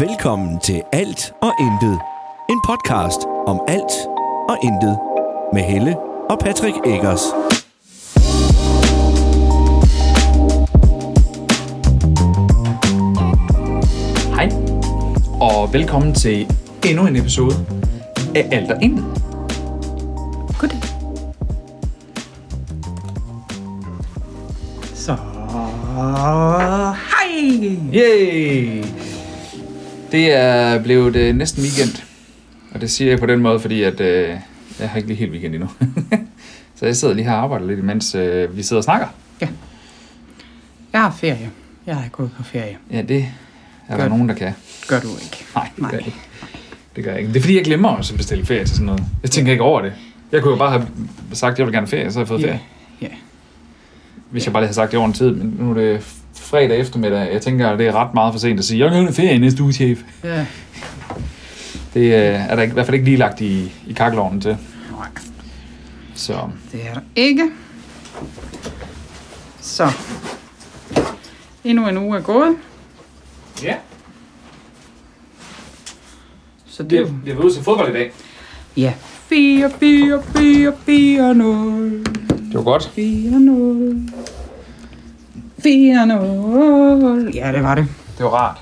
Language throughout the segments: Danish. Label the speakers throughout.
Speaker 1: Velkommen til Alt og Intet. En podcast om alt og intet. Med Helle og Patrick Eggers.
Speaker 2: Hej, og velkommen til endnu en episode af Alt og Intet.
Speaker 3: Goddag.
Speaker 2: Så, hej! Yay! Det er blevet øh, næsten weekend, og det siger jeg på den måde, fordi at, øh, jeg har ikke lige helt weekend endnu. Så jeg sidder lige her og arbejder lidt, mens øh, vi sidder og snakker.
Speaker 3: Ja. Jeg har ferie. Jeg er gået på ferie.
Speaker 2: Ja, det er der
Speaker 3: Godt.
Speaker 2: nogen, der kan.
Speaker 3: Gør du ikke.
Speaker 2: Nej, det gør
Speaker 3: Nej.
Speaker 2: jeg ikke. Det gør jeg ikke. Det er fordi, jeg glemmer også at bestille ferie til sådan noget. Jeg tænker ikke over det. Jeg kunne jo bare have sagt, at jeg vil gerne have ferie, så har jeg fået
Speaker 3: Ja.
Speaker 2: ferie.
Speaker 3: Ja.
Speaker 2: Hvis jeg bare lige havde sagt det over en tid, men nu er det fredag eftermiddag. Jeg tænker, at det er ret meget for sent at sige, jeg vil have en ferie næste uge, chef.
Speaker 3: Ja. Øh,
Speaker 2: Det øh, er der ikke, i hvert fald ikke lige lagt i, i kakkelovnen til.
Speaker 3: Nok.
Speaker 2: Så
Speaker 3: Det er der ikke. Så. Endnu en uge er gået.
Speaker 2: ja,
Speaker 3: Så det er jo...
Speaker 2: vi ude til fodbold i dag.
Speaker 3: Ja. 4, 4, 4, 4, 0.
Speaker 2: Det var godt.
Speaker 3: 4, 0. 4, 0. Ja, det var det.
Speaker 2: Det var rart.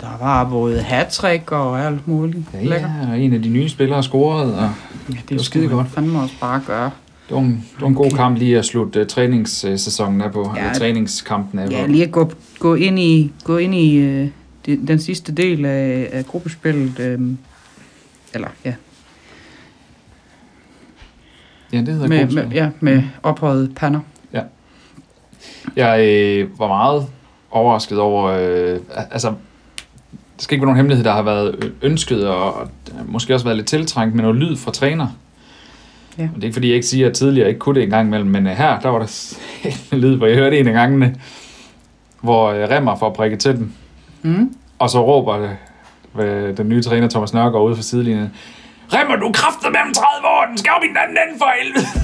Speaker 3: Der var både hat og alt muligt.
Speaker 2: Ja,
Speaker 3: Lækker.
Speaker 2: ja, og en af de nye spillere scorede, og
Speaker 3: Ja, det,
Speaker 2: var
Speaker 3: det
Speaker 2: skidegodt.
Speaker 3: fandme også bare gøre.
Speaker 2: det var en, det var en god kamp lige at slutte uh, træningssæsonen af på, ja,
Speaker 3: Ja.
Speaker 2: eller træningskampen af på.
Speaker 3: Ja, lige at gå, gå ind i, gå ind i øh, de, den sidste del af, af gruppespillet. Øh, eller, ja.
Speaker 2: Ja, det hedder Mm.
Speaker 3: Med,
Speaker 2: gruppespil.
Speaker 3: med, ja, med ophøjet pander.
Speaker 2: Jeg øh, var meget overrasket over, øh, altså, det skal ikke være nogen hemmelighed, der har været ø- ønsket, og, og øh, måske også været lidt tiltrængt med noget lyd fra træner.
Speaker 3: Ja.
Speaker 2: Og det er ikke, fordi jeg ikke siger, at tidligere ikke kunne det en gang imellem, men øh, her, der var der s- en lyd, hvor jeg hørte en af gangene, hvor øh, Remmer får prikket til den,
Speaker 3: Mm?
Speaker 2: og så råber øh, øh, den nye træner Thomas Nørgaard ude fra sidelinjen, Remmer, du kræfter mellem 30 år, den skal op i den anden ende for helvede!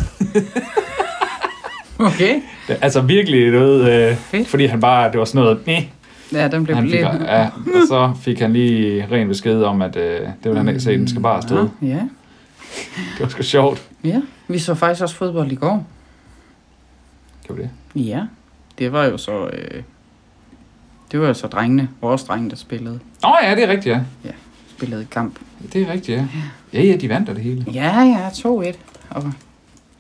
Speaker 3: Okay.
Speaker 2: Ja, Altså virkelig noget, øh,
Speaker 3: Fedt.
Speaker 2: fordi han bare, det var sådan noget, Næh.
Speaker 3: Ja, den blev
Speaker 2: Han fik,
Speaker 3: lidt...
Speaker 2: ja, og så fik han lige ren besked om, at øh, det ville han ikke se, den skal bare afsted.
Speaker 3: Ja, ja,
Speaker 2: Det var sgu sjovt.
Speaker 3: ja. Vi så faktisk også fodbold i går.
Speaker 2: Kan vi det?
Speaker 3: Ja. Det var jo så... Øh, det var jo så drengene, vores drenge, der spillede,
Speaker 2: Nå ja, det er rigtigt, ja.
Speaker 3: spillede kamp.
Speaker 2: Det er rigtigt, ja. Ja, ja, de vandt og det hele.
Speaker 3: Ja, ja, 2-1. Og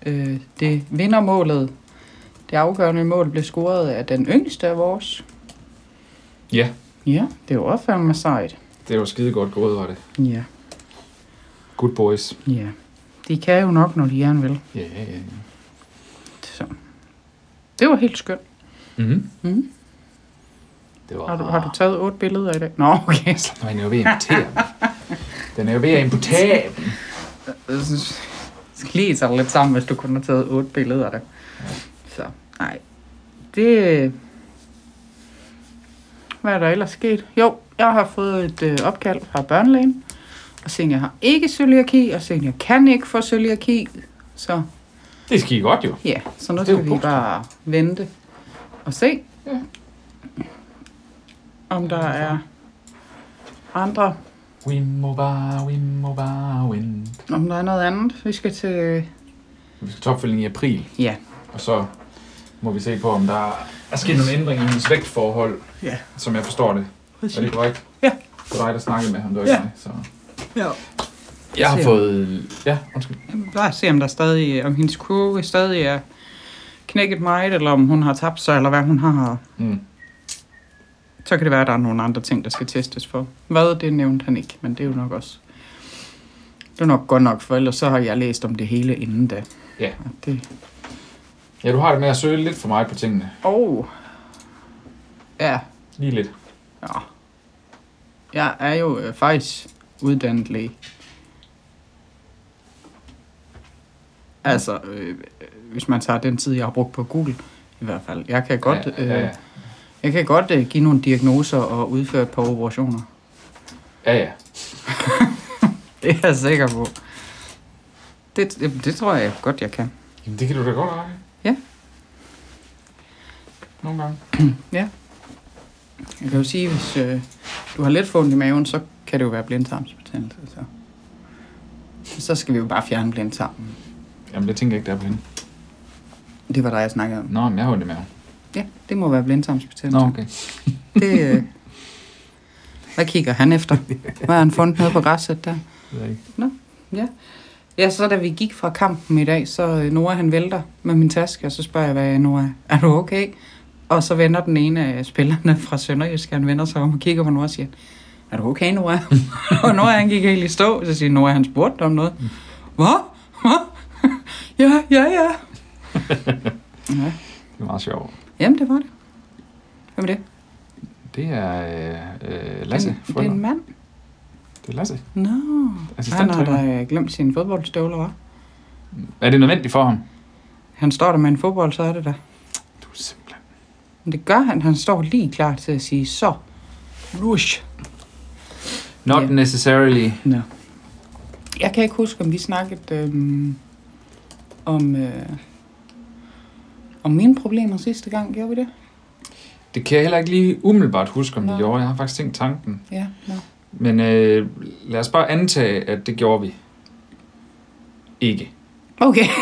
Speaker 3: øh, det vindermålet, det afgørende mål, blev scoret af den yngste af vores.
Speaker 2: Ja,
Speaker 3: Ja, det var fandme sejt.
Speaker 2: det var skide godt gået, var det.
Speaker 3: Ja,
Speaker 2: Good boys.
Speaker 3: ja. De kan jo nok, når de gerne vil.
Speaker 2: Ja, ja, ja.
Speaker 3: Så. Det var helt skønt.
Speaker 2: Mm-hmm.
Speaker 3: Mhm.
Speaker 2: Det var...
Speaker 3: Har du, har du taget otte billeder i dag? Nå, okay.
Speaker 2: Nå, den er jo ved at importere. Den er jo ved at importere.
Speaker 3: Jeg synes, Sklige sig lidt sammen, hvis du kun har taget otte billeder af det. Så, nej. Det... Hvad er der ellers sket? Jo, jeg har fået et øh, opkald fra børnelægen. Og Senja har ikke cøliaki, og Senja kan ikke få cøliaki. Så
Speaker 2: Det skal I godt jo.
Speaker 3: ja, så nu
Speaker 2: Det er jo
Speaker 3: skal vi
Speaker 2: positivt.
Speaker 3: bare vente og se,
Speaker 2: Ja.
Speaker 3: om der er andre,
Speaker 2: Win, mo, ba, win, mo, ba, win.
Speaker 3: om der er noget andet. Vi skal til...
Speaker 2: Vi skal topfølging i april,
Speaker 3: Ja,
Speaker 2: og så må vi se på, om der er sket nogle ændringer i hendes vægtforhold,
Speaker 3: ja
Speaker 2: som jeg forstår det. Er det korrekt?
Speaker 3: Ja.
Speaker 2: Det var dig, der snakkede med ham, det var ikke
Speaker 3: Ja.
Speaker 2: mig, så...
Speaker 3: Ja.
Speaker 2: Jeg har
Speaker 3: Ser.
Speaker 2: fået... Ja, undskyld.
Speaker 3: Bare se, om der stadig, om hendes kurve stadig er knækket meget, eller om hun har tabt sig, eller hvad hun har.
Speaker 2: Mm.
Speaker 3: Så kan det være, at der er nogle andre ting, der skal testes for. Hvad, det nævnte han ikke, men det er jo nok også... Det er nok godt nok, for ellers så har jeg læst om det hele inden da.
Speaker 2: Ja.
Speaker 3: Og Det...
Speaker 2: Ja, du har det med at søge lidt for meget på tingene.
Speaker 3: Oh. Ja,
Speaker 2: Lige lidt.
Speaker 3: ja. Jeg er jo øh, faktisk uddannet læge. Altså, øh, hvis man tager den tid, jeg har brugt på Google, i hvert fald. Jeg kan godt... øh.
Speaker 2: Ja, ja, ja.
Speaker 3: Jeg kan godt øh, give nogle diagnoser og udføre et par operationer.
Speaker 2: ja, ja.
Speaker 3: Det er jeg sikker på. Det, det, det tror jeg godt, jeg kan.
Speaker 2: Jamen, det kan du da godt række.
Speaker 3: Ja.
Speaker 2: Nogle gange.
Speaker 3: Jeg kan jo sige, hvis, øh, du har let for ondt i maven, så kan det jo være blindtarmsbetændelse. Så. så skal vi jo bare fjerne blindtarmen.
Speaker 2: Jamen, det tænker jeg ikke, der er på hende.
Speaker 3: Det var der, jeg snakkede om.
Speaker 2: Nå, men jeg har ondt i maven.
Speaker 3: Ja, det må være
Speaker 2: Nå,
Speaker 3: blindtarmsbetændelse.
Speaker 2: okay.
Speaker 3: Det, øh, hvad kigger han efter? Hvad har han fundet nede på græsset der?
Speaker 2: Det ved jeg ikke.
Speaker 3: Ja. Ja, så da vi gik fra kampen i dag, så øh, Nora han vælter med min taske, og så spørger jeg, hvad Nora, er du okay? Og så vender den ene af spillerne fra Sønderjysk, han vender sig om og kigger på Nora og siger, er du okay, Nora? og Nora han gik helt i stå, så siger Nora, han spurgte om noget. Hvad? Hvad? ja, ja, ja. ja.
Speaker 2: Det er meget sjovt.
Speaker 3: Jamen, det var det. Hvem er det?
Speaker 2: Det er øh, øh, Lasse.
Speaker 3: det, er en- det er
Speaker 2: Frøller.
Speaker 3: en mand.
Speaker 2: Det er Lasse.
Speaker 3: Nå, han har
Speaker 2: Assistenttræner.
Speaker 3: da øh, glemt sine fodboldstøvler, hva'?
Speaker 2: Er det nødvendigt for ham?
Speaker 3: Han står der med en fodbold, så er det der.
Speaker 2: Du er simpelthen...
Speaker 3: Men det gør han. Han står lige klar til at sige, så, rush.
Speaker 2: Not
Speaker 3: Ja.
Speaker 2: necessarily.
Speaker 3: No. Jeg kan ikke huske, om vi snakkede øhm, om, øh, om mine problemer sidste gang. Gjorde vi det?
Speaker 2: Det kan jeg heller ikke lige umiddelbart huske, om det
Speaker 3: Nå.
Speaker 2: gjorde. Jeg har faktisk tænkt tanken.
Speaker 3: Ja, no.
Speaker 2: Men øh, lad os bare antage, at det gjorde vi. Ikke.
Speaker 3: Okay.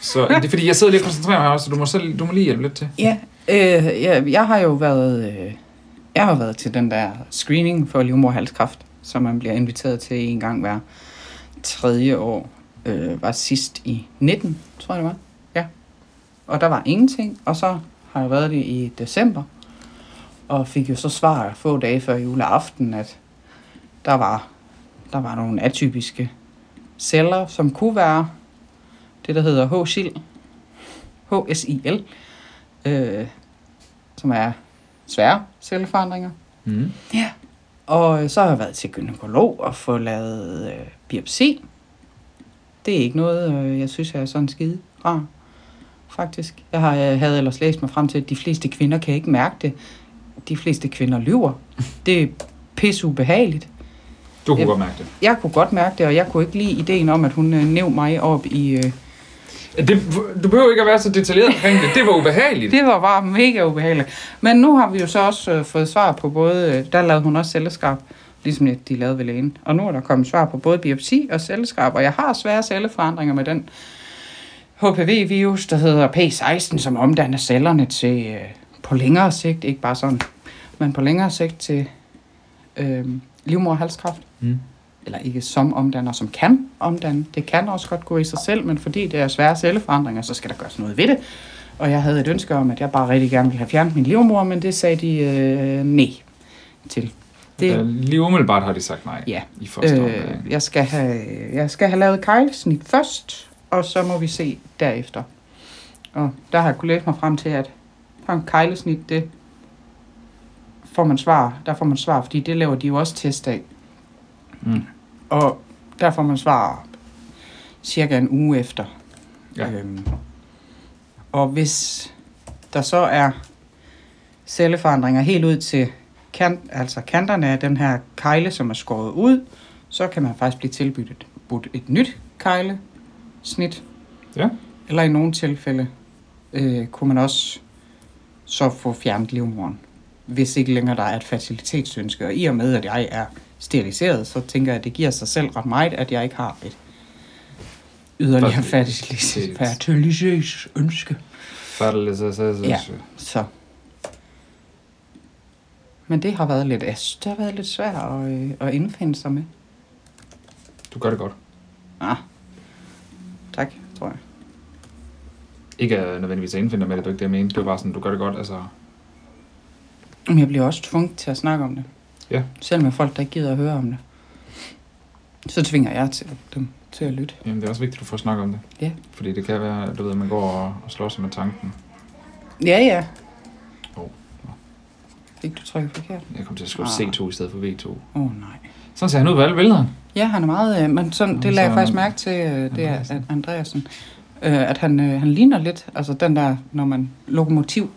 Speaker 2: Så det er fordi, jeg sidder lige og koncentrerer mig også, så du må, selv, du må lige hjælpe lidt til.
Speaker 3: ja, øh, jeg, jeg har jo været... Øh, jeg har været til den der screening for livmoderhalskræft, som man bliver inviteret til en gang hver tredje år. Øh, var sidst i 19, tror jeg det var. Ja. Og der var ingenting, og så har jeg været det i december, og fik jo så svar få dage før juleaften, at der var, der var nogle atypiske celler, som kunne være det, der hedder HSIL, HSIL, øh, som er svære celleforandringer.
Speaker 2: Mm.
Speaker 3: Ja. Og øh, så har jeg været til gynekolog og få lavet øh, biopsi. Det er ikke noget, øh, jeg synes, jeg er sådan skide rar, faktisk. Jeg har, øh, havde ellers læst mig frem til, at de fleste kvinder kan ikke mærke det. De fleste kvinder lyver. Det er pisse ubehageligt.
Speaker 2: Du kunne
Speaker 3: Ja.
Speaker 2: godt mærke det.
Speaker 3: Jeg kunne godt mærke det, og jeg kunne ikke lide ideen om, at hun øh, næv mig op i... Øh,
Speaker 2: det. Du behøver ikke at være så detaljeret omkring det. Det var ubehageligt.
Speaker 3: Det var bare mega ubehageligt. Men nu har vi jo så også øh, fået svar på både... Øh, der lavede hun også celleskrab, ligesom at de lavede ved lægen. Og nu er der kommet svar på både biopsi og celleskrab, og jeg har svære celleforandringer med den HPV-virus, der hedder P16, som omdanner cellerne til øh, på længere sigt, ikke bare sådan, men på længere sigt til øh, livmoderhalskræft
Speaker 2: Mm.
Speaker 3: eller ikke som omdanner, som kan omdanne. Det kan også godt gå i sig selv, men fordi det er svære celleforandringer, så skal der gøres noget ved det. Og jeg havde et ønske om, at jeg bare rigtig gerne ville have fjernet min livmor, men det sagde de øh, nej til. Det,
Speaker 2: Det... Lige umiddelbart har de sagt nej
Speaker 3: Ja.
Speaker 2: i første øh... omgang.
Speaker 3: øh, jeg, skal have, jeg skal have lavet kejlesnit først, og så må vi se derefter. Og der har jeg kunnet læse mig frem til, at for en kejlesnit, det får man svar. Der får man svar, fordi det laver de jo også test af.
Speaker 2: Mm.
Speaker 3: Og der får man svar cirka en uge efter.
Speaker 2: Ja.
Speaker 3: Øhm, og hvis der så er celleforandringer helt ud til kant, altså kanterne af den her kejle, som er skåret ud, så kan man faktisk blive tilbudt et, budt et nyt kejlesnit.
Speaker 2: Ja.
Speaker 3: Eller i nogle tilfælde øh, kunne man også så få fjernet livmoderen, hvis ikke længere der er et fertilitetsønske. Og i og med, at jeg er steriliseret, så tænker jeg, at det giver sig selv ret meget, at jeg ikke har et yderligere
Speaker 2: Fertilitets-
Speaker 3: fertilitets- fertilitetsønske.
Speaker 2: Fattelig, så, så, så,
Speaker 3: Ja.
Speaker 2: så.
Speaker 3: Så. Men det har været lidt, jeg synes, det har været lidt svært at, øh, at indfinde sig med.
Speaker 2: Du gør det godt.
Speaker 3: Ah. Tak, tror jeg.
Speaker 2: Ikke øh, nødvendigvis at indfinde dig med det, du ikke det, jeg mener. Det var bare sådan, du gør det godt. Altså,
Speaker 3: Men jeg bliver også tvunget til at snakke om det.
Speaker 2: Ja.
Speaker 3: Selvom jeg folk, der ikke gider at høre om det. Så tvinger jeg til, dem til at lytte.
Speaker 2: jamen, det er også vigtigt, at du får snakket om det.
Speaker 3: Ja.
Speaker 2: Fordi det kan være, at du ved, at man går og, og slår sig med tanken.
Speaker 3: Ja, ja.
Speaker 2: Åh.
Speaker 3: Fik du trykket forkert?
Speaker 2: Jeg kom til at skrive
Speaker 3: Ah.
Speaker 2: C2 i stedet for V2.
Speaker 3: Åh, oh, nej.
Speaker 2: Sådan ser han ud på alle billederne.
Speaker 3: Ja, han er meget... Øh, men sådan,
Speaker 2: Nå,
Speaker 3: det lagde jeg
Speaker 2: så-
Speaker 3: faktisk mærke til, øh, det er
Speaker 2: Andreasen.
Speaker 3: at Andreasen. Øh, at han, øh, han ligner lidt, altså den der, når man lokomotiv,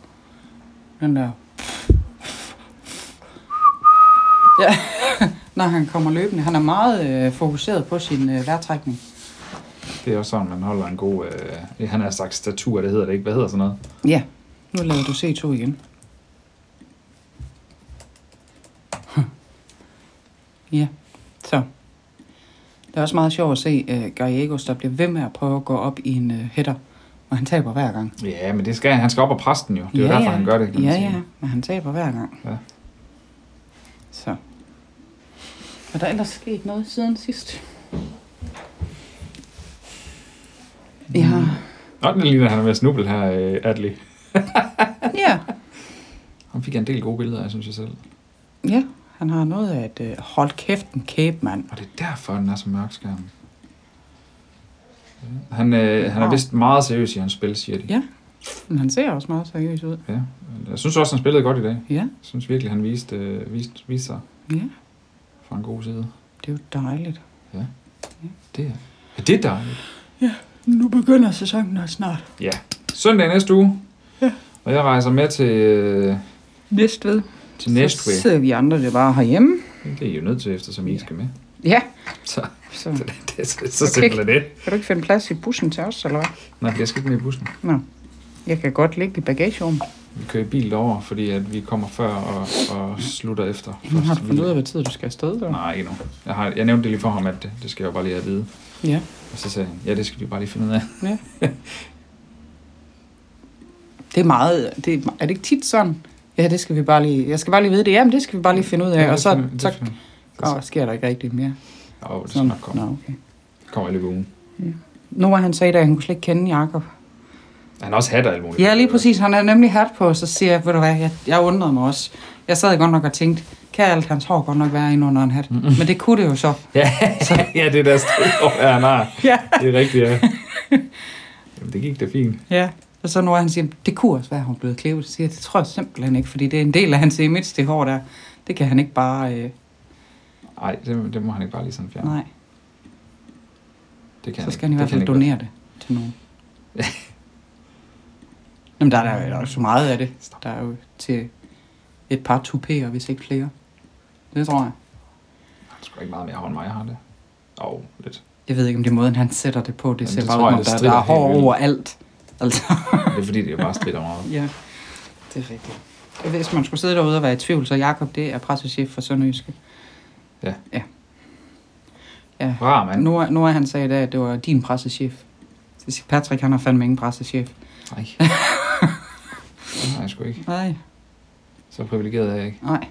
Speaker 3: den der... Ja, når han kommer løbende. Han er meget øh, fokuseret på sin øh, vejrtrækning.
Speaker 2: Det er også sådan, man holder en god... Øh, han har sagt statur, det hedder det ikke. Hvad hedder sådan noget?
Speaker 3: Ja, nu laver du C2 igen. Ja, så. Det er også meget sjovt at se uh, Gallegos, der bliver ved med at prøve at gå op i en uh, hætter, og han taber hver gang.
Speaker 2: Ja, men det skal han. Han skal op og presse den jo. Det er ja, jo derfor, han gør det. kan
Speaker 3: Ja,
Speaker 2: man sige.
Speaker 3: ja, men han taber hver gang.
Speaker 2: Ja.
Speaker 3: Så. Er der ellers sket noget siden sidst? Ja,
Speaker 2: Mm. Nå, den ligner, han er ved at snuble her, øh, Adley.
Speaker 3: ja,
Speaker 2: Han fik en del gode billeder af, synes jeg selv.
Speaker 3: ja. Han har noget af et øh, hold kæft en kæbe, mand.
Speaker 2: Og det er derfor, den er så mørk skærmen. Ja. Han, øh, han er
Speaker 3: Wow.
Speaker 2: vist meget seriøs i hans spil, siger de.
Speaker 3: Ja. Men han ser også meget seriøs ud.
Speaker 2: ja. Jeg synes også, han spillede godt i dag.
Speaker 3: Ja,
Speaker 2: Jeg synes virkelig, han viste, øh, viste, viste sig
Speaker 3: ja.
Speaker 2: fra en god side.
Speaker 3: Det er jo dejligt.
Speaker 2: Det er, ja, det er dejligt.
Speaker 3: Nu begynder sæsonen også snart.
Speaker 2: Ja. Søndag næste uge.
Speaker 3: Ja.
Speaker 2: Og jeg rejser med til, øh,
Speaker 3: Næstved.
Speaker 2: til Næstved.
Speaker 3: Så sidder vi andre det bare herhjemme.
Speaker 2: Det er I jo nødt til, eftersom I ikke skal med.
Speaker 3: Ja,
Speaker 2: Så,
Speaker 3: så
Speaker 2: så, det, er så, så
Speaker 3: Okay.
Speaker 2: simpelt er det.
Speaker 3: kan du ikke finde plads i bussen til os, eller hvad?
Speaker 2: Nej, jeg skal ikke med i bussen.
Speaker 3: Nå, jeg kan godt ligge i bagagerummet.
Speaker 2: Vi kører i bil derover, fordi at vi kommer før og, og slutter efter.
Speaker 3: Nu har du
Speaker 2: Først-
Speaker 3: fundet ud af, hvad tid du skal afsted, så?
Speaker 2: Nej, ikke nu. Jeg, har, jeg nævnte det lige for ham, at det, det skal jeg jo bare lige have at vide.
Speaker 3: Ja.
Speaker 2: Og så sagde han, ja, det skal vi bare lige finde ud af.
Speaker 3: Det er meget... Det er, er det ikke tit sådan? Ja, det skal vi bare lige... Jeg skal bare lige vide det. Jamen, det skal vi bare lige finde ud af. og så,
Speaker 2: det,
Speaker 3: så,
Speaker 2: det, det,
Speaker 3: åh, sker der ikke rigtigt mere.
Speaker 2: Åh, det skal nok komme.
Speaker 3: Nå, okay.
Speaker 2: Det kommer i løbet af ugen.
Speaker 3: Nora, han sagde, at han kunne slet ikke kende Jakob.
Speaker 2: Han har også hat og alt muligt.
Speaker 3: Ja, lige præcis. Han er nemlig hat på, så siger jeg, ved du hvad, jeg, jeg undrede mig også. Jeg sad godt nok og tænkte, kan alt hans hår godt nok være inde under en hat? Men det kunne det jo så.
Speaker 2: Ja, ja det er der sted, oh, ja, han har.
Speaker 3: Ja.
Speaker 2: Det er rigtigt, ja. Jamen, det gik da fint.
Speaker 3: Ja. Og så når han siger, det kunne også være, at hun blev klippet, så siger jeg, det tror jeg simpelthen ikke, fordi det er en del af hans image, det hår der. Det kan han ikke bare... Øh,
Speaker 2: Nej, det, det, må han ikke bare lige sådan fjerne.
Speaker 3: nej,
Speaker 2: det kan
Speaker 3: så skal han i
Speaker 2: ikke. Det
Speaker 3: hvert
Speaker 2: kan
Speaker 3: fald
Speaker 2: ikke.
Speaker 3: donere det til nogen. Jamen, der er der jo så meget af det. Der er jo til et par tupéer, hvis ikke flere. Det tror jeg.
Speaker 2: Han er sgu da ikke meget mere hånd, end mig jeg har det. Åh, oh, lidt.
Speaker 3: Jeg ved ikke, om det er måden, han sætter det på. Det
Speaker 2: Jamen,
Speaker 3: ser
Speaker 2: det
Speaker 3: bare
Speaker 2: tror
Speaker 3: ud,
Speaker 2: jeg,
Speaker 3: som
Speaker 2: det
Speaker 3: der, der
Speaker 2: strider
Speaker 3: er hår
Speaker 2: helt vildt.
Speaker 3: over alt. Altså,
Speaker 2: Det er fordi, det er bare stridt meget.
Speaker 3: ja. Det er rigtigt. Hvis man skulle sidde derude og være i tvivl, så Jakob det er pressechef for Sønderjyske.
Speaker 2: Ja.
Speaker 3: Ja. Ja.
Speaker 2: Rar, mand.
Speaker 3: Nora, Nora han sagde i dag, at det var din pressechef. Så siger Patrick, han har fandme ingen pressechef.
Speaker 2: Nej. Nej, jeg sgu ikke.
Speaker 3: Nej,
Speaker 2: Så privilegeret er jeg ikke.
Speaker 3: nej.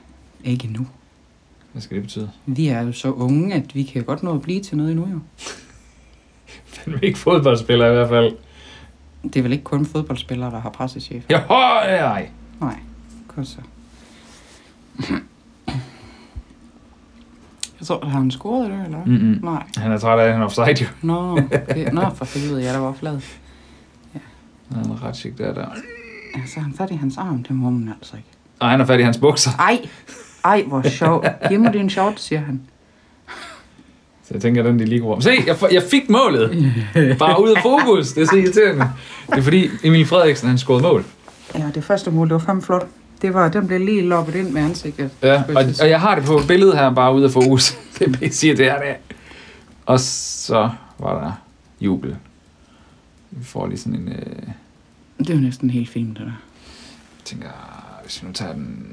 Speaker 3: Ikke nu.
Speaker 2: Hvad skal det betyde?
Speaker 3: Vi er jo så unge, at vi kan jo godt nå at blive til noget endnu jo.
Speaker 2: Fandme ikke fodboldspiller i hvert fald.
Speaker 3: Det er vel ikke kun fodboldspillere, der har pressechef?
Speaker 2: Jo, nej.
Speaker 3: Nej, kun så. Jeg tror, har han scoret det, eller? Mm.
Speaker 2: Mm-mm.
Speaker 3: Nej.
Speaker 2: Han er træt af, at han er offside jo.
Speaker 3: Nå, okay. Nå, for helvede, jeg der var flad.
Speaker 2: Han er ret chic, der der.
Speaker 3: Altså, han fat i hans arm, det må man altså ikke.
Speaker 2: Og han er fat i hans bukser.
Speaker 3: Ej, ej, hvor sjovt. Giv mig din short, siger han.
Speaker 2: Så jeg tænker, den de lige går om. Se, jeg, f- jeg fik målet. Bare ud af fokus. Det er så irriterende. Det er fordi Emil Frederiksen, han scorede mål.
Speaker 3: Ja, det første mål, det var fandme flot. Det var, den blev lige loppet ind med ansigtet.
Speaker 2: Ja,
Speaker 3: skulle
Speaker 2: og,
Speaker 3: jeg til at sige.
Speaker 2: og jeg har det på et billede her, bare ude af fokus. Det er pisse det er det. Og så var der jubel. Vi får lige sådan en... Øh,
Speaker 3: Det er jo næsten en hel film, det der.
Speaker 2: tænker, hvis vi nu tager den...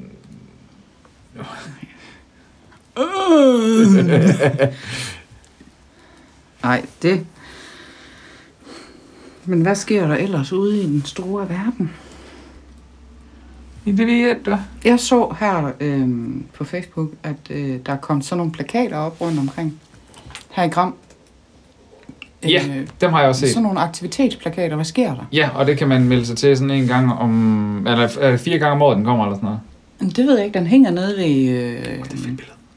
Speaker 3: Nej, det... Men hvad sker der ellers ude i den store verden?
Speaker 2: I det vi er, du.
Speaker 3: Jeg så her øh, på Facebook, at øh, der er kommet sådan nogle plakater op rundt omkring her i Gram.
Speaker 2: Ja,
Speaker 3: øh,
Speaker 2: dem har jeg også set.
Speaker 3: sådan nogle aktivitetsplakater. Hvad sker der?
Speaker 2: Ja, og det kan man melde sig til sådan en gang om... Eller er det fire gange om året, den kommer eller sådan noget.
Speaker 3: Jamen, Det ved jeg ikke. Den hænger nede ved... Øh, ja, det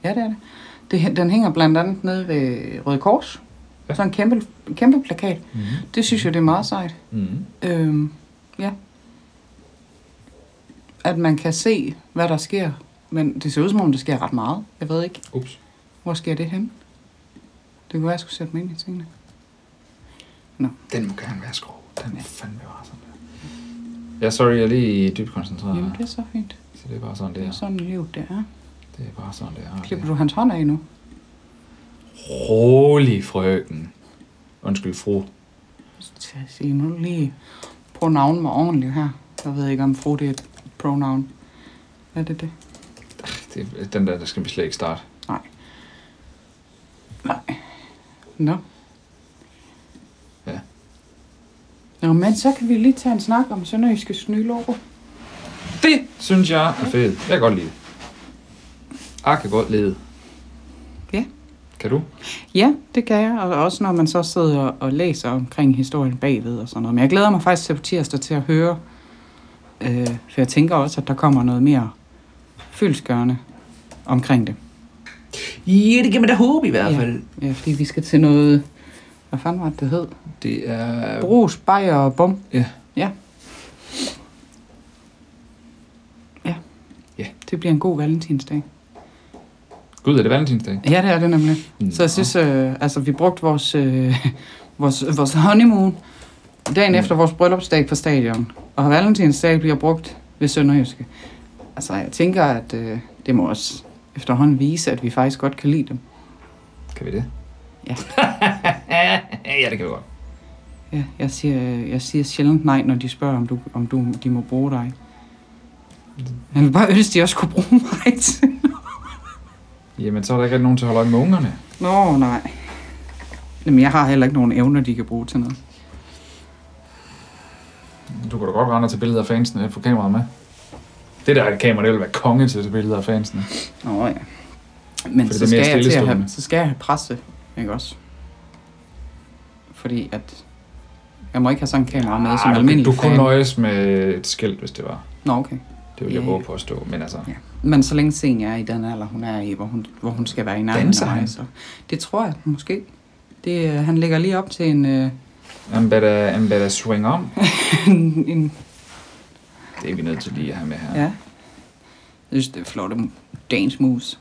Speaker 3: er det. det. hæ- Den hænger blandt andet nede ved Røde Kors.
Speaker 2: Ja.
Speaker 3: Ja. Sådan en kæmpe, kæmpe plakat.
Speaker 2: Mm-hmm.
Speaker 3: Det synes jeg, det er meget sejt.
Speaker 2: Mm-hmm.
Speaker 3: Øhm, ja. At man kan se, hvad der sker. Men det ser ud som om, det sker ret meget. Jeg ved ikke.
Speaker 2: Ups.
Speaker 3: Hvor sker det hen? Det kunne være, jeg skulle sætte mig ind i tingene.
Speaker 2: Den må gerne være skrå. Den er fandme bare sådan der. Ja, sorry, jeg er lige dybt koncentreret.
Speaker 3: Jamen, det
Speaker 2: her.
Speaker 3: er så fint.
Speaker 2: Så det er bare sådan, det
Speaker 3: Det er
Speaker 2: er.
Speaker 3: sådan livet, det er.
Speaker 2: Det er bare sådan, det er. Og
Speaker 3: Klipper
Speaker 2: det er-
Speaker 3: du hans hånd af nu?
Speaker 2: Rolig, frøken. Undskyld, fru.
Speaker 3: Så jeg siger, nu lige pronoun mig ordentligt her. Jeg ved ikke, om fru det er et pronoun. Hvad er det det?
Speaker 2: Det, er- den der, der skal vi slet ikke starte.
Speaker 3: Nej. Nå.
Speaker 2: Ja.
Speaker 3: Nå, men så kan vi lige tage en snak om sønderjyske snylover.
Speaker 2: Det synes jeg er fedt. Jeg kan godt lide det. Jeg kan godt lide det.
Speaker 3: Ja.
Speaker 2: Kan du?
Speaker 3: Ja, det kan jeg, og også når man så sidder og læser omkring historien bagved og sådan noget. Men jeg glæder mig faktisk til på tirsdag til at høre, øh, for jeg tænker også, at der kommer noget mere fyldsgørende omkring det.
Speaker 2: Ja, det kan man da håbe i
Speaker 3: hvert fald. Ja, fordi vi skal til noget, hvad fanden var det, det hed?
Speaker 2: Det er...
Speaker 3: Brus, bajer og bum.
Speaker 2: Ja.
Speaker 3: Ja. Ja.
Speaker 2: Ja.
Speaker 3: Det bliver en god valentinsdag.
Speaker 2: Gud, er det valentinsdag?
Speaker 3: Ja, det er det nemlig.
Speaker 2: Mm, Nå.
Speaker 3: Så jeg synes, øh, altså vi brugte vores, øh, vores, vores honeymoon dagen
Speaker 2: Mm.
Speaker 3: efter vores bryllupsdag på stadion. Og valentinsdag bliver brugt ved Sønderjyske. Altså jeg tænker, at øh, det må også efterhånden vise, at vi faktisk godt kan lide dem.
Speaker 2: Kan vi det?
Speaker 3: Ja.
Speaker 2: ja, det kan vi godt.
Speaker 3: Ja, jeg siger, øh, jeg siger sjældent nej, når de spørger, om, du, om du, de må bruge dig.
Speaker 2: Mm.
Speaker 3: Jeg vil bare ønske, de også kunne bruge mig til.
Speaker 2: Jamen, så er der ikke rigtig nogen til at holde øje med ungerne.
Speaker 3: Nå, nej. Jamen, jeg har heller ikke nogen evner, de kan bruge til noget.
Speaker 2: Du kan da godt rende til billeder af fansene på kameraet med. Det der kamera, det vil være konge til at tage billeder af fansene.
Speaker 3: Nå ja. Men
Speaker 2: Fordi
Speaker 3: så
Speaker 2: det er mere
Speaker 3: skal, jeg til at have,
Speaker 2: stillestående.
Speaker 3: så skal jeg have presse, ikke også? Fordi at... Jeg må ikke have sådan en kamera med som
Speaker 2: Ej,
Speaker 3: almindelig
Speaker 2: Ah, du,
Speaker 3: fan.
Speaker 2: du kunne nøjes med et skilt, hvis det var.
Speaker 3: Nå, okay.
Speaker 2: Det vil jeg
Speaker 3: Ja.
Speaker 2: våge på at stå. Men altså,
Speaker 3: Ja. Men så længe senior er i den alder, hun er i, hvor hun, hvor hun skal være i nærheden
Speaker 2: Danser
Speaker 3: af
Speaker 2: han?
Speaker 3: mig, så... Det tror jeg, måske. Det, øh, han ligger lige op til en... Øh,
Speaker 2: I'm better, I'm better swing om.
Speaker 3: en, en
Speaker 2: Det er vi nødt til lige at have med her.
Speaker 3: ja. Jeg synes, det er flotte dance moves.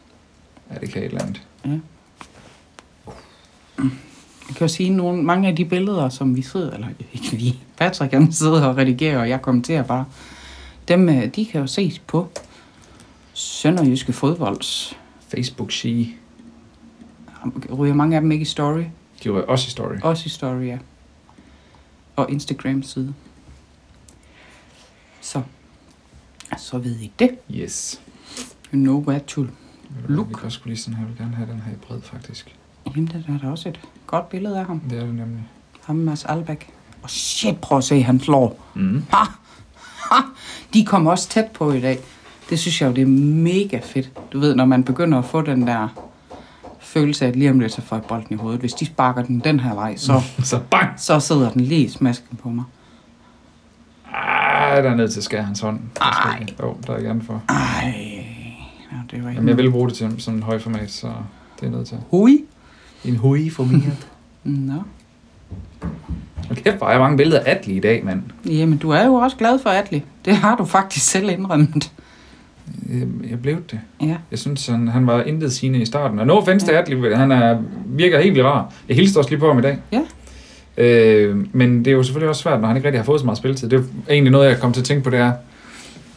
Speaker 2: Ja, det kan et eller andet.
Speaker 3: Jeg kan jo sige, nogle, mange af de billeder, som vi sidder, eller ikke vi, Patrick han sidder og redigerer, og jeg kommenterer bare, dem, øh, de kan jo ses på Sønderjyske Fodbolds.
Speaker 2: Facebook sige.
Speaker 3: Ryger mange af dem ikke i story?
Speaker 2: De var også i story.
Speaker 3: Også i story, ja. Og Instagram side. Så. Så ved I det.
Speaker 2: Yes.
Speaker 3: You know where to. Look.
Speaker 2: Vi kan også lige sådan her. Jeg vil gerne have den her i bred, faktisk.
Speaker 3: Jamen, der er der også et godt billede af ham.
Speaker 2: Det er det nemlig.
Speaker 3: Ham med Mads Albæk. Og shit, prøv at se, han slår.
Speaker 2: Mm.
Speaker 3: Ha! Ha! De kom også tæt på i dag. Det synes jeg jo, det er mega fedt. Du ved, når man begynder at få den der følelse af, at lige om lidt, så får jeg bolden i hovedet. Hvis de sparker den den her vej, så,
Speaker 2: Så bang!
Speaker 3: så sidder den lige i smasken på mig.
Speaker 2: Ej, Ah, der er nødt til at skære hans hånd.
Speaker 3: Ej.
Speaker 2: Jo, der er ikke andet for.
Speaker 3: Ej, ja, det var ikke
Speaker 2: Jamen, jeg vil bruge det til sådan en højformat, så det er jeg nødt til.
Speaker 3: Hui?
Speaker 2: En hui for mere.
Speaker 3: Nå.
Speaker 2: Okay, hvor har jeg mange billeder af Atli i dag, mand.
Speaker 3: Jamen, du er jo også glad for Atli. Det har du faktisk selv indrømmet.
Speaker 2: Øhm, Jeg blev det.
Speaker 3: Ja.
Speaker 2: Jeg synes, han, han var intet sigende i starten. Og no offense til Atli, han er, virker helt vildt rar. Jeg hilste også lige på ham i dag.
Speaker 3: Ja.
Speaker 2: Øh, men det er jo selvfølgelig også svært, når han ikke rigtig har fået så meget spilletid. Det er egentlig noget, jeg kom til at tænke på, det er,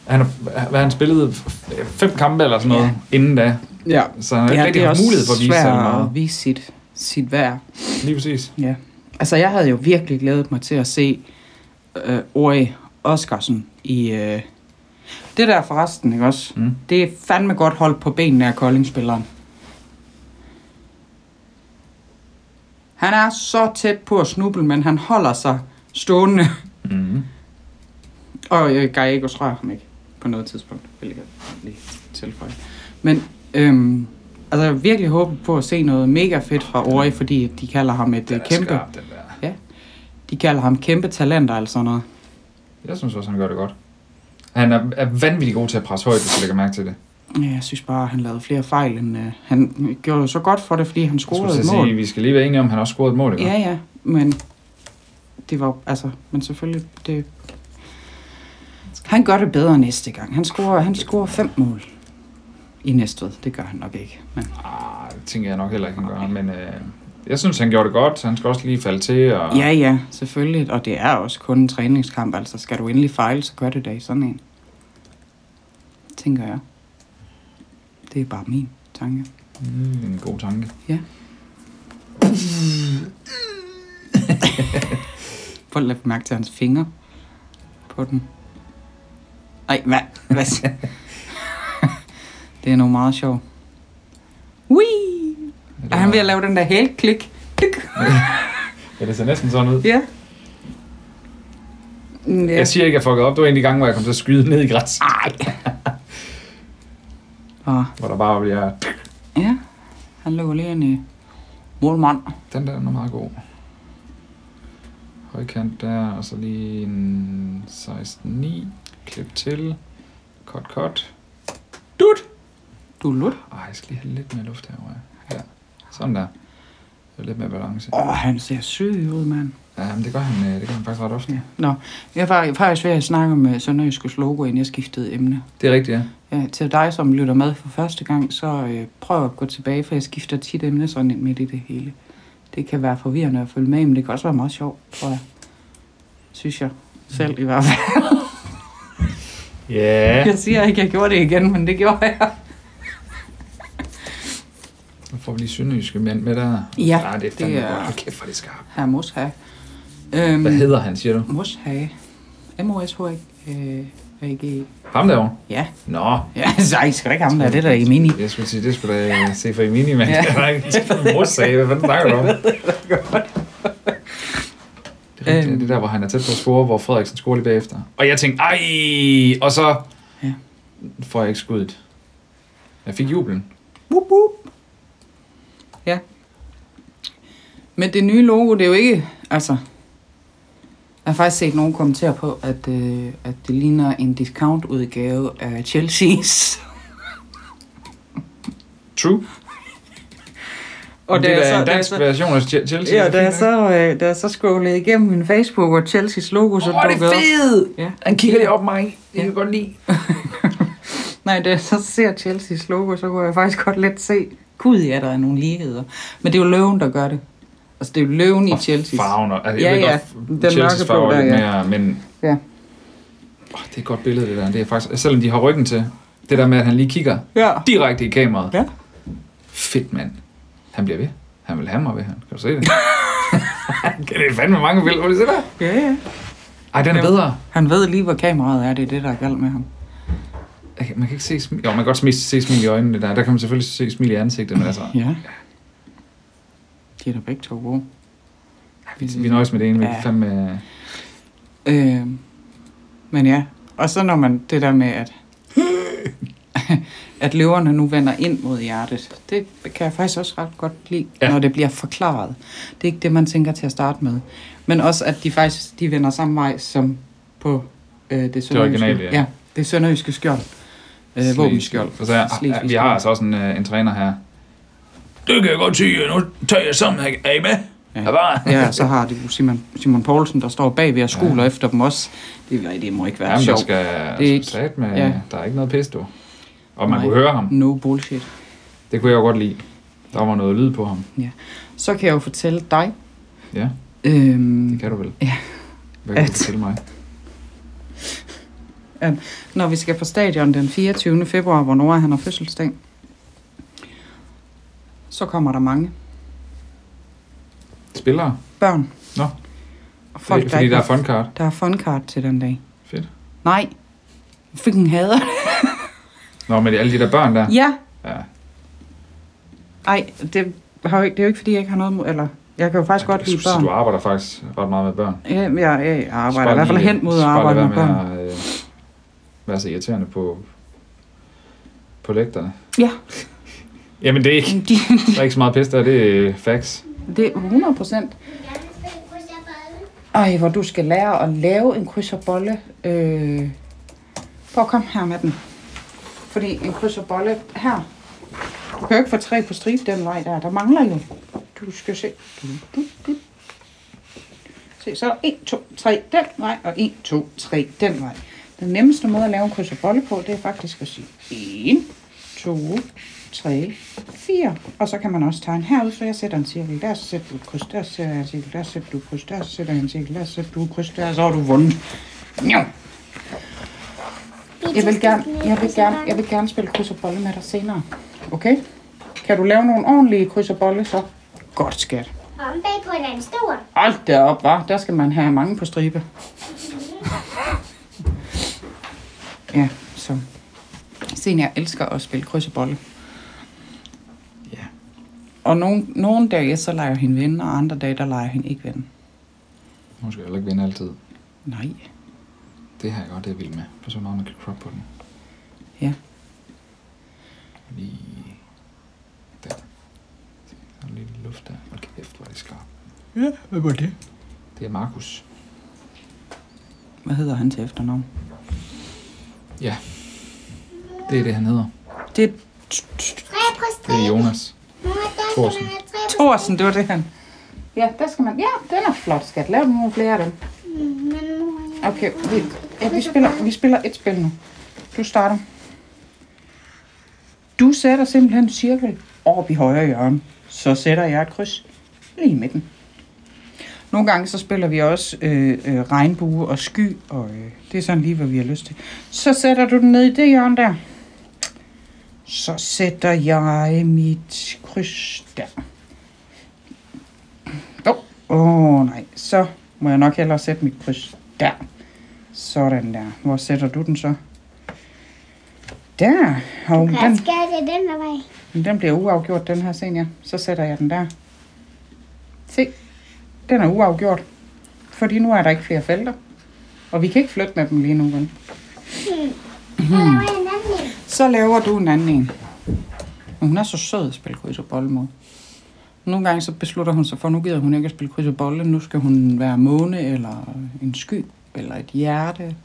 Speaker 2: han, har- hvad han spillede f- fem kampe eller sådan noget ja. inden da.
Speaker 3: Ja.
Speaker 2: Så han har ikke
Speaker 3: Ja, det
Speaker 2: rigtig
Speaker 3: er
Speaker 2: haft
Speaker 3: også
Speaker 2: mulighed for at vise sig
Speaker 3: svært
Speaker 2: meget.
Speaker 3: at vise sit, sit værd.
Speaker 2: Lige præcis.
Speaker 3: Ja. Altså, jeg havde jo virkelig glædet mig til at se øh, Ori Oscarsen i... Øh, det der forresten, ikke også?
Speaker 2: Mm.
Speaker 3: Det er fandme godt holdt på benene af Koldingspilleren. Han er så tæt på at snuble, men han holder sig stående.
Speaker 2: Mm.
Speaker 3: Og øh, Gallegos rører ham ikke på noget tidspunkt, vil jeg lige tilføje. Men øhm, altså, jeg har virkelig håbet på at se noget mega fedt fra Ori, fordi at de kalder ham et øh, kæmpe...
Speaker 2: Skarp, den der.
Speaker 3: De kalder ham kæmpe talenter eller sådan noget.
Speaker 2: Jeg synes også, han gør det godt. Han er, er vanvittig god til at presse højt, hvis du lægger mærke til det.
Speaker 3: Ja, jeg synes bare, han lavede flere fejl, end øh, han gjorde jo så godt for det, fordi han
Speaker 2: Jeg skulle
Speaker 3: scorede
Speaker 2: til
Speaker 3: et
Speaker 2: at
Speaker 3: mål.
Speaker 2: sige, vi skal lige være enige om, at han også scorede et mål. Ikke?
Speaker 3: ja, ja, men det var altså, men selvfølgelig, det... Han gør det bedre næste gang. Han scorer, han scorer fem mål i næste Det gør han nok ikke. Men,
Speaker 2: Ah, det tænker jeg nok heller ikke, han gør. Men øh, jeg synes, han gjorde det godt. Han skal også lige falde til. Og...
Speaker 3: ja, ja, selvfølgelig. Og det er også kun en træningskamp. Altså, skal du endelig fejle, så gør det da i sådan en. Tænker jeg. Det er bare min tanke.
Speaker 2: Mm, en god tanke.
Speaker 3: Prøv at lade mærke til hans fingre på den. Nej, hvad? hvad? det er noget meget sjovt. Wee!
Speaker 2: Ja, det
Speaker 3: Er
Speaker 2: var-
Speaker 3: han ved at lave den der hælklik? Klik.
Speaker 2: Ja, det ser næsten sådan ud.
Speaker 3: Ja. Mm, Ja.
Speaker 2: Jeg siger ikke, at jeg fuckede op. Det var egentlig gang, hvor jeg kom til at skyde ned i græs.
Speaker 3: Ej. Og,
Speaker 2: Hvor der bare bliver...
Speaker 3: ja, han lå lige en i målmand.
Speaker 2: Den der den er meget god. Højkant der, og så lige en 16-9. Klip til. Cut, cut. Dut!
Speaker 3: Du er lut.
Speaker 2: Ej, jeg skal lige have lidt mere luft herovre. Ja. Sådan der. Det er lidt mere balance.
Speaker 3: Åh, han ser syg ud, mand.
Speaker 2: Ja, men det gør han, øh, det gør han faktisk ret ofte.
Speaker 3: Ja. Nå, jeg var faktisk ved at snakke om øh, Sønderjyskes logo, inden jeg skiftede emne.
Speaker 2: Det er rigtigt, ja.
Speaker 3: Ja, Øh, til dig, som lytter med for første gang, så øh, prøv at gå tilbage, for jeg skifter tit emne sådan ind midt i det hele. Det kan være forvirrende at følge med, men det kan også være meget sjovt, tror jeg. Synes jeg. Selv i hvert fald.
Speaker 2: Ja.
Speaker 3: Jeg siger ikke, jeg gjorde det igen, men det gjorde jeg.
Speaker 2: Nu får vi lige sønderjyske mænd med der.
Speaker 3: Ja,
Speaker 2: ah, det er fandme
Speaker 3: det
Speaker 2: det
Speaker 3: er-
Speaker 2: er... godt. Hold kæft, hvor er det skarpt.
Speaker 3: Her Moshage. Øhm,
Speaker 2: Hvad hedder han, siger du?
Speaker 3: Moshage. M-O-S-H-A-G.
Speaker 2: Ham derovre?
Speaker 3: E. Ja.
Speaker 2: Nå,
Speaker 3: Ja, så I skal da ikke ham der, det der i mini.
Speaker 2: Jeg skulle sige, det skulle da se for Emini, men
Speaker 3: Ja.
Speaker 2: ja. det var ikke en morsag. Hvad fanden snakker du om? Det er rigtigt,
Speaker 3: Øhm.
Speaker 2: det er der, hvor han er tæt på at score, hvor Frederiksen scorer lige bagefter. Og jeg tænkte, ej! Og så
Speaker 3: Ja.
Speaker 2: får jeg ikke skuddet. Jeg fik jublen.
Speaker 3: Wup, wup. Ja. Men det nye logo, det er jo ikke, altså... Jeg har faktisk set nogen kommentere på, at, øh, at det ligner en discount-udgave af Chelsea's.
Speaker 2: True. Og det,
Speaker 3: da
Speaker 2: er,
Speaker 3: jeg
Speaker 2: da
Speaker 3: så-
Speaker 2: en
Speaker 3: da jeg
Speaker 2: dansk
Speaker 3: så-
Speaker 2: version af Ch- Chelsea.
Speaker 3: Ja,
Speaker 2: det
Speaker 3: da
Speaker 2: er
Speaker 3: jeg
Speaker 2: fint nok.
Speaker 3: så, øh, da jeg så scrollede igennem min Facebook, hvor Chelsea's logo så
Speaker 2: Åh, oh, det
Speaker 3: dukkede
Speaker 2: er
Speaker 3: op.
Speaker 2: fedt!
Speaker 3: Ja.
Speaker 2: Han kigger lige op mig. Det kan
Speaker 3: Ja.
Speaker 2: jeg godt lide.
Speaker 3: Nej, da jeg så ser Chelsea's logo, så kunne jeg faktisk godt let se, gud ja, der er nogle ligheder. Men det er jo løven, der gør det. Altså, det er jo løven i
Speaker 2: Og
Speaker 3: Chelsea's.
Speaker 2: Farven, og- altså,
Speaker 3: Ja,
Speaker 2: jeg ved
Speaker 3: ja.
Speaker 2: godt,
Speaker 3: Den
Speaker 2: Chelsea's
Speaker 3: mørkeblå
Speaker 2: farve er lidt
Speaker 3: der,
Speaker 2: mere, men
Speaker 3: Ja.
Speaker 2: oh, det er et godt billede, det der. Det er faktisk, selvom de har ryggen til, det der med, at han lige kigger
Speaker 3: Ja.
Speaker 2: direkte i kameraet.
Speaker 3: Ja.
Speaker 2: Fedt mand. Han bliver ved. Han vil have mig ved, han. Kan du se det? kan det er fandme mange vil. Prøv lige at se der.
Speaker 3: Ja, ja.
Speaker 2: Ej, den er
Speaker 3: Ja.
Speaker 2: bedre.
Speaker 3: Han ved lige, hvor kameraet er. Det er det, der er galt med ham.
Speaker 2: Ej, Man kan ikke se smil. Jo, man kan godt smis- se smil i øjnene der. Der kan man selvfølgelig se smil i ansigtet, men altså...
Speaker 3: Ja. De er da begge to gode.
Speaker 2: Vi, vi nøjes med det ene, vi
Speaker 3: Ja.
Speaker 2: ja. fandme...
Speaker 3: Øh, men ja, og så når man det der med, at, at løverne nu vender ind mod hjertet, det kan jeg faktisk også ret godt lide, ja.
Speaker 2: Ja.
Speaker 3: når det bliver forklaret. Det er ikke det, man tænker til at starte med. Men også, at de faktisk de vender samme vej som på øh, det sønderjyske.
Speaker 2: originale, ja.
Speaker 3: ja. det sønderjyske skjold. Øh, våbenskjold.
Speaker 2: Og så, ja,
Speaker 3: Slesvigskjold.
Speaker 2: vi har altså også en, øh, en træner her. Det kan jeg godt sige. Nu tager jeg sammen. her. Er I med?
Speaker 3: Ja.
Speaker 2: Ja. Bare.
Speaker 3: Ja, og så har det jo Simon, Simon Poulsen, der står bag ved og skuler ja. efter dem også. Det, nej, det må ikke være
Speaker 2: Jamen, der
Speaker 3: sjovt.
Speaker 2: skal,
Speaker 3: Det er
Speaker 2: det
Speaker 3: ikke-
Speaker 2: skal ikke... med,
Speaker 3: ja.
Speaker 2: ja. der er ikke noget pis, du. Og man
Speaker 3: Nej.
Speaker 2: Nej. kunne høre ham.
Speaker 3: No bullshit.
Speaker 2: Det kunne jeg jo godt lide. Der var noget lyd på ham.
Speaker 3: Så kan jeg jo fortælle dig,
Speaker 2: Ja,
Speaker 3: øhm,
Speaker 2: det kan du vel.
Speaker 3: Ja.
Speaker 2: Hvad kan
Speaker 3: At-
Speaker 2: du til mig?
Speaker 3: når vi skal på stadion den 24. februar, hvor Nora han har fødselsdag, så kommer der mange
Speaker 2: Spillere?
Speaker 3: børn.
Speaker 2: Nå.
Speaker 3: Og folk,
Speaker 2: Folk,
Speaker 3: det,
Speaker 2: det,
Speaker 3: der,
Speaker 2: fordi
Speaker 3: ikke
Speaker 2: der er
Speaker 3: har,
Speaker 2: fondkart.
Speaker 3: der er fondkart til den dag.
Speaker 2: Fedt.
Speaker 3: Nej, jeg fik en hader.
Speaker 2: Nå, men alle de der børn der.
Speaker 3: Ja,
Speaker 2: Ja.
Speaker 3: nej, det, har jo ikke, det er jo ikke, fordi jeg ikke har noget mod, eller jeg kan jo faktisk godt lide
Speaker 2: skulle sige,
Speaker 3: børn.
Speaker 2: Du arbejder faktisk ret meget med børn.
Speaker 3: Ja, jeg, jeg, jeg
Speaker 2: Så
Speaker 3: arbejder
Speaker 2: bare
Speaker 3: i hvert fald
Speaker 2: lige-
Speaker 3: hen mod at
Speaker 2: så bare lad
Speaker 3: arbejde
Speaker 2: være
Speaker 3: med børn.
Speaker 2: at, øh, være så irriterende på, på lægterne.
Speaker 3: Ja.
Speaker 2: Jamen, det er ikke,
Speaker 3: De,
Speaker 2: der er ikke så meget pis der. Det er øh, facts.
Speaker 3: det er 100 procent. Ej, hvor du skal lære at lave en kryds og bolle. Øh... Prøv at komme her med den. Fordi en kryds og bolle her. Du kan jo ikke få tre på strip den vej der. Der mangler jo. Du skal se. Du, du, du. Se, så er der 1, 2, 3 den vej, og 1, 2, 3 den vej. Den nemmeste måde at lave en kryds og bolle på, det er faktisk at sige 1, 2, 3, 4. Og så kan man også tegne herud, så jeg sætter en cirkel der, så sætter du et kryds der, så sætter jeg en cirkel der, så sætter du et kryds der, så sætter jeg en cirkel der, så sætter du et kryds der, så har du vundet. Jo. Jeg vil gerne, jeg vil gerne, jeg vil gerne spille kryds og bolle med dig senere. Okay? Kan du lave nogle ordentlige kryds og bolle så? Godt, skat.
Speaker 4: Om bag på en anden stor.
Speaker 3: Alt deroppe, var. Der skal man have mange på stribe. ja, så. Sen, jeg elsker at spille kryds og bolle.
Speaker 2: Ja.
Speaker 3: Og nogle, nogle dage, så leger hende ven, og andre dage, der leger hende ikke ven.
Speaker 2: Hun skal heller ikke vinde altid.
Speaker 3: Nej.
Speaker 2: Det har jeg godt, det er vild med. For så meget, man kan crop på den.
Speaker 3: Ja.
Speaker 2: Lige der. Der er lidt luft der. Hold kæft, hvor er det skarpt.
Speaker 3: Ja, hvad var det?
Speaker 2: Det er Markus.
Speaker 3: Hvad hedder han til efternavn?
Speaker 2: Ja. Det er det, han hedder.
Speaker 3: Det er t- t-
Speaker 4: Tre på
Speaker 2: Det er Jonas. Thorsen.
Speaker 3: Thorsen, det var det han. Ja, der skal man... Ja, den er flot, skat. Lav nogle flere af dem.
Speaker 4: Mm, Men mor, jeg...
Speaker 3: Okay, vi, ja, vi, spiller, vi spiller et spil nu. Du starter. Du sætter simpelthen en cirkel op i højre hjørne. Så sætter jeg et kryds lige i midten. Nogle gange så spiller vi også øh, øh, regnbue og sky, og øh, det er sådan lige, hvad vi har lyst til. Så sætter du den ned i det hjørne der. Så sætter jeg mit kryds der. Åh, oh, oh, nej. Så må jeg nok hellere sætte mit kryds der. Sådan der. Hvor sætter du den så? Der. Og
Speaker 4: Hvad
Speaker 3: den,
Speaker 4: skal det den der vej?
Speaker 3: men den bliver uafgjort, den her senior. Så sætter jeg den der. Se, den er uafgjort. Fordi nu er der ikke flere felter. Og vi kan ikke flytte med dem lige nu. Vel?
Speaker 4: Jeg Hmm. laver en anden en.
Speaker 3: Så laver du en anden en. Men Hun er så sød at spille kryds og bold mod. Nogle gange så beslutter hun sig for, nu gider hun ikke at spille kryds og bold. Nu skal hun være måne, eller en sky, eller et hjerte. Det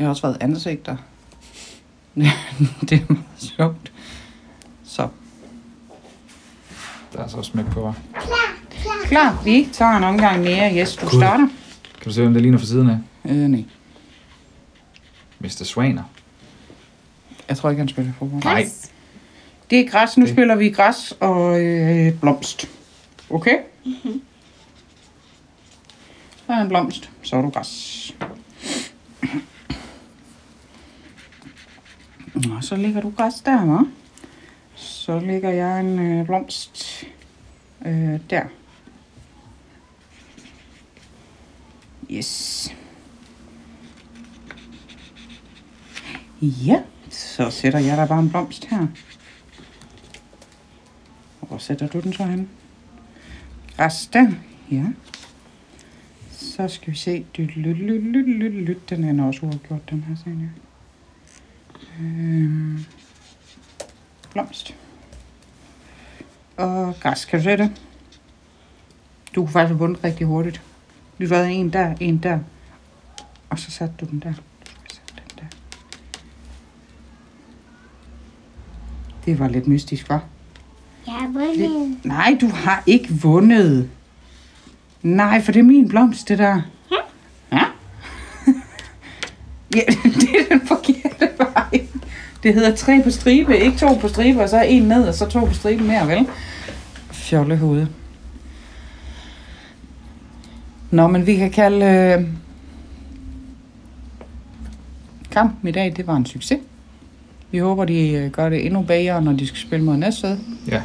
Speaker 3: har også været ansigter. det er meget sjovt. Så
Speaker 2: Der er så smæk på, hva'?
Speaker 3: Klar, vi tager en omgang mere. Yes, du
Speaker 2: Gud.
Speaker 3: starter.
Speaker 2: Kan du se, hvem det ligner for siden af?
Speaker 3: Øh, nej.
Speaker 2: Mr. Svaner.
Speaker 3: Jeg tror ikke, han spiller fodbold.
Speaker 2: Nej.
Speaker 3: Det er græs. Nu
Speaker 2: Det-
Speaker 3: spiller vi græs og øh, blomst. Okay? Så er en blomst. Så er du græs. Nå, så ligger du græs der, hva'? Så lægger jeg en øh, blomst øh, der. Yes. Ja, så sætter jeg der bare en blomst her. Og Hvor sætter du den så hen? Græs der. Ja. Så skal vi se. Dyt, lyt, lyt, lyt, lyt, lyt. Den er også uafgjort, den her senior. Øhm. Blomst. Og græs, kan du se det? Du kunne faktisk have vundet rigtig hurtigt. Vi var en der, en der. Og så satte du den der. Du skulle have sat den der. Det var lidt mystisk, var?
Speaker 4: Jeg har vundet en.
Speaker 3: Nej, du har ikke vundet. Nej, for det er min blomst, det der. Ja? ja, det er den forkerte vej. Det hedder tre på stribe, ikke to på stribe, og så en ned, og så to på stribe mere, vel? Fjollehoved. Nå, men vi kan kalde... Øh... Kampen i dag, det var en succes. Vi håber, de øh, gør det endnu bedre, når de skal spille mod Næstved.
Speaker 2: Ja.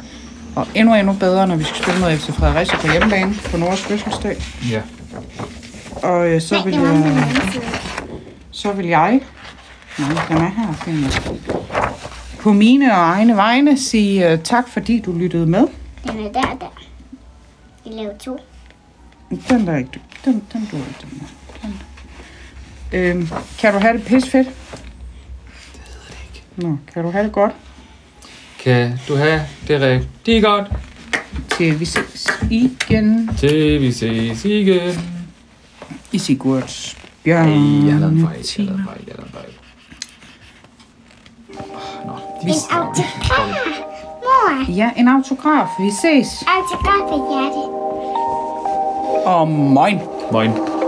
Speaker 3: Og endnu endnu bedre, når vi skal spille mod FC Fredericia på hjemmebane på Nords fødselsdag.
Speaker 2: Ja.
Speaker 3: Og øh, så,
Speaker 4: Nej,
Speaker 3: vil
Speaker 4: det var den på den
Speaker 3: jeg,
Speaker 4: anden side.
Speaker 3: så vil jeg... Nej, den er her. Den er. På mine og egne vegne sige øh, tak, fordi du lyttede med.
Speaker 4: Den er der, der. Vi laver to.
Speaker 3: Den der er ikke... Den, den du ikke, den der. Den. Øhm, kan du have det pis fedt? Det hedder det ikke. Nå, kan du have det godt?
Speaker 2: Kan du have det rigtig godt,
Speaker 3: Til vi ses igen
Speaker 2: til vi ses igen.
Speaker 3: i Sigurds Bjørn.
Speaker 2: Ej, jeg har lavet en fejl, jeg har lavet en fejl, jeg har lavet en fejl. Åh, Nå, vi
Speaker 4: En autograf. Mor,
Speaker 3: Ja, en autograf. Vi ses.
Speaker 4: autograf i hjertet.
Speaker 3: Og moin.
Speaker 2: Moin.